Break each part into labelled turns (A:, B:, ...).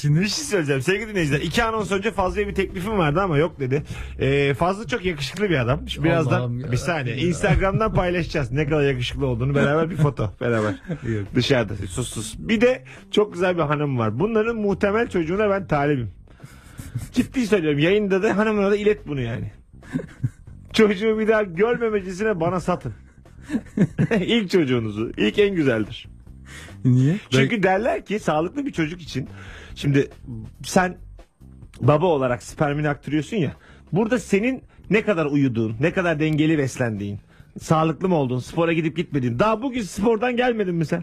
A: şimdi?
B: Bir şey söyleyeceğim sevgili dinleyiciler. İki anons önce Fazlı'ya bir teklifim vardı ama yok dedi. Ee, Fazlı çok yakışıklı bir adam. Şimdi birazdan
A: Allah'ım ya.
B: bir saniye. Instagram'dan paylaşacağız ne kadar yakışıklı olduğunu beraber bir foto beraber.
A: Yok.
B: Dışarıda sus sus. Bir de çok güzel bir hanım var. Bunların muhtemel çocuğuna ben talibim. Ciddi söylüyorum yayında da hanımına da ilet bunu yani. Çocuğu bir daha görmemecesine bana satın. ilk çocuğunuzu. İlk en güzeldir.
A: Niye?
B: Çünkü derler ki sağlıklı bir çocuk için şimdi sen baba olarak spermini aktarıyorsun ya. Burada senin ne kadar uyuduğun, ne kadar dengeli beslendiğin, sağlıklı mı olduğun, spora gidip gitmediğin. Daha bugün spordan gelmedin mi sen?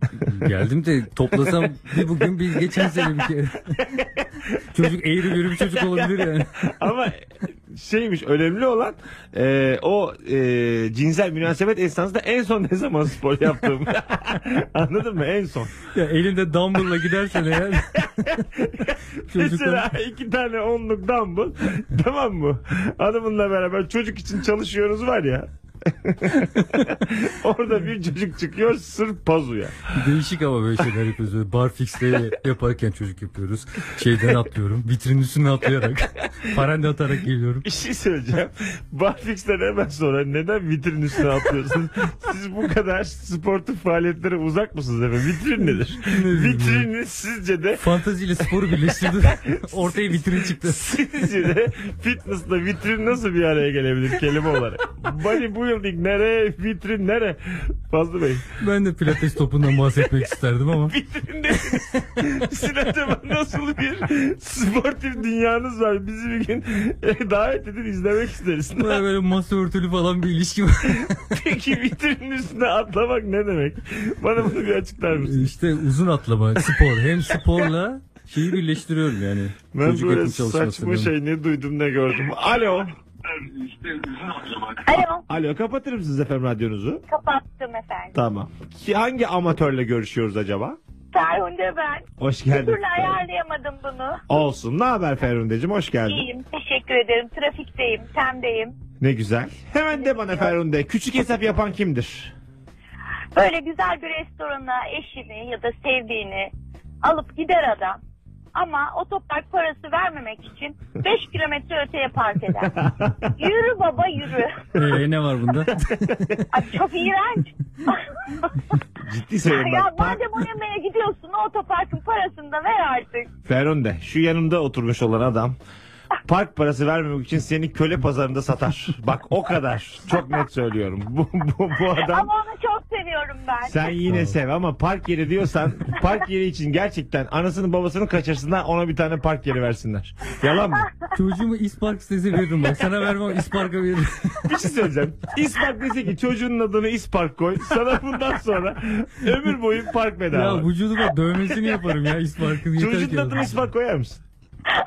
A: Ben geldim de toplasam bir bugün bir geçen sene bir kere. çocuk eğri bir çocuk olabilir yani.
B: Ama şeymiş önemli olan e, o e, cinsel münasebet esnasında en son ne zaman spor yaptığım. Anladın mı? En son.
A: Ya elinde dumbbell'la gidersen eğer.
B: Mesela
A: Çocuklar.
B: iki tane onluk dumbbell tamam mı? Hanımınla beraber çocuk için çalışıyoruz var ya. Orada bir çocuk çıkıyor sırf pazuya.
A: Değişik ama böyle şeyler yapıyoruz. Böyle bar fixleri yaparken çocuk yapıyoruz. Şeyden atlıyorum. Vitrinin üstüne atlayarak. Parende atarak geliyorum.
B: Bir şey söyleyeceğim. Barfix'ten hemen sonra neden vitrin üstüne atlıyorsun? Siz bu kadar sportif faaliyetlere uzak mısınız efendim? Vitrin nedir?
A: bileyim
B: Vitrinin sizce de
A: Fantazi ile sporu birleştirdim. Ortaya vitrin çıktı.
B: Sizce de fitnessla vitrin nasıl bir araya gelebilir kelime olarak? Bodybuilding nereye, vitrin nere? Fazlı Bey.
A: Ben de pilates topundan bahsetmek isterdim ama.
B: vitrindesiniz. Sizin acaba nasıl bir sportif dünyanız var? Bizi bir gün e, davet edin izlemek isteriz.
A: Baya böyle masa örtülü falan bir ilişki var.
B: Peki vitrinin üstüne atlamak ne demek? Bana bunu bir açıklar mısın?
A: işte uzun atlama, spor. Hem sporla şeyi birleştiriyorum yani.
B: Ben
A: Çocuk
B: böyle
A: eğitim çalışması
B: saçma
A: diyorum.
B: şey ne duydum ne gördüm. Alo.
C: Alo
B: Alo kapatır mısınız efendim radyonuzu?
C: kapattım efendim.
B: Tamam. Ki hangi amatörle görüşüyoruz acaba?
C: Ferhunde ben.
B: Hoş
C: Bir
B: geldin.
C: türlü ayarlayamadım bunu.
B: Olsun. Ne haber Ferhundeciğim? Hoş geldin.
C: İyiyim teşekkür ederim. Trafikteyim temdeyim.
B: Ne güzel. Hemen de bana Ferhunde. Küçük hesap yapan kimdir?
C: Böyle güzel bir restorana eşini ya da sevdiğini alıp gider adam. Ama otopark parası vermemek için 5 kilometre öteye park eder. Yürü baba yürü.
A: Ee, ne var bunda?
C: Ay, çok iğrenç.
B: Ciddi söylüyorum
C: ya
B: Şey, bak. Park-
C: madem o yemeğe gidiyorsun o otoparkın parasını da ver artık.
B: Ferhunde şu yanımda oturmuş olan adam park parası vermemek için seni köle pazarında satar. Bak o kadar. Çok net söylüyorum. Bu, bu, bu adam
C: Ama onu çok seviyorum ben.
B: sen yine sev ama park yeri diyorsan park yeri için gerçekten anasını babasını kaçırsınlar ona bir tane park yeri versinler. Yalan mı?
A: Çocuğumu ispark sesi veririm bak. Sana vermem isparka veririm.
B: Bir şey söyleyeceğim. İspark dese ki çocuğunun adını İspark koy. Sana bundan sonra ömür boyu park bedava.
A: ya vücuduma dövmesini yaparım ya isparkın. yeter
B: Çocuğun
A: ki.
B: adını İspark koyar mısın?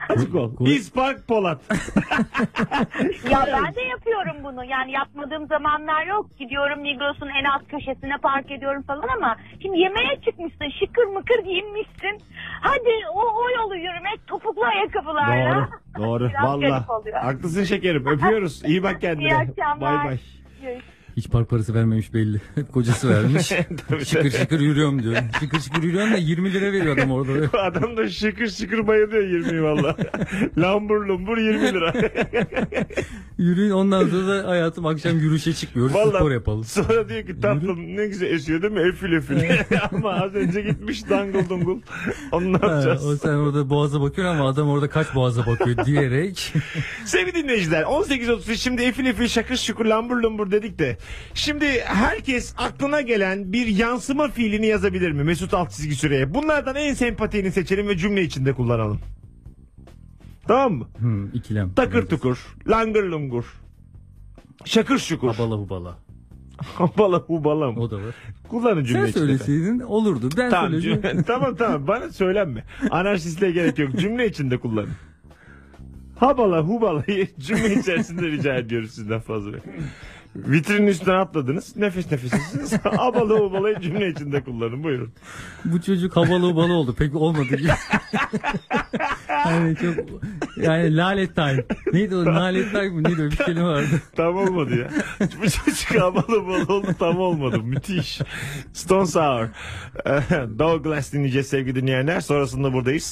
B: Açık ol.
A: Koy.
B: İspark Polat.
C: Ya ben de yapıyorum bunu. Yani yapmadığım zamanlar yok. Gidiyorum Migros'un en alt köşesine park ediyorum falan ama şimdi yemeğe çıkmışsın. Şıkır mıkır giyinmişsin. Hadi o, o yolu yürümek topuklu ayakkabılarla.
B: Doğru. Doğru.
C: Biraz
B: Valla.
C: garip oluyor.
B: Haklısın şekerim. Öpüyoruz. İyi bak kendine.
C: İyi akşamlar.
B: Bay bay.
A: Hiç park parası vermemiş belli. Hep kocası vermiş.
B: Tabii.
A: şıkır şıkır yürüyorum diyor. Şıkır şıkır yürüyorum da 20 lira veriyor adam orada.
B: Bu Adam da şıkır şıkır bayılıyor 20'yi valla. lambur lumbur 20 lira.
A: Yürüyün ondan sonra da hayatım akşam yürüyüşe çıkmıyoruz.
B: Vallahi.
A: Spor yapalım.
B: Sonra diyor ki tatlım ne güzel esiyor değil mi? Öfül öfül. Ama az önce gitmiş dangıl dungul. Onu ne
A: Ha,
B: yapacağız?
A: o sen orada boğaza bakıyorsun ama adam orada kaç boğaza bakıyor diyerek.
B: Sevgili dinleyiciler 18.30 şimdi efil efil şakır şukur lambur lumbur dedik de şimdi herkes aklına gelen bir yansıma fiilini yazabilir mi Mesut alt çizgi süreye bunlardan en sempatiğini seçelim ve cümle içinde kullanalım tamam mı
A: Hmm, ikilem.
B: takır tukur langır lungur şakır şukur
A: Habala hubala.
B: hapala hubala mı
A: O da var.
B: kullanın cümle
A: Sen
B: içinde
A: söyleseydin olurdu. Ben
B: tamam,
A: söyleyeceğim.
B: cümle- tamam tamam bana söylenme anarşistliğe gerek yok cümle içinde kullanın Habala hubalayı cümle içerisinde rica ediyoruz sizden fazla. Vitrinin üstüne atladınız. Nefes nefesiniz. Habala hubalayı cümle içinde kullanın. Buyurun.
A: Bu çocuk havalı havalı oldu. Pek olmadı gibi. yani çok yani lalet time. Neydi o? Lalet time mı? Neydi o? Bir kelime vardı.
B: Tam olmadı ya. Bu çocuk habala hubala oldu. Tam olmadı. Müthiş. Stone Sour. Douglas dinleyeceğiz sevgili dinleyenler. Sonrasında buradayız.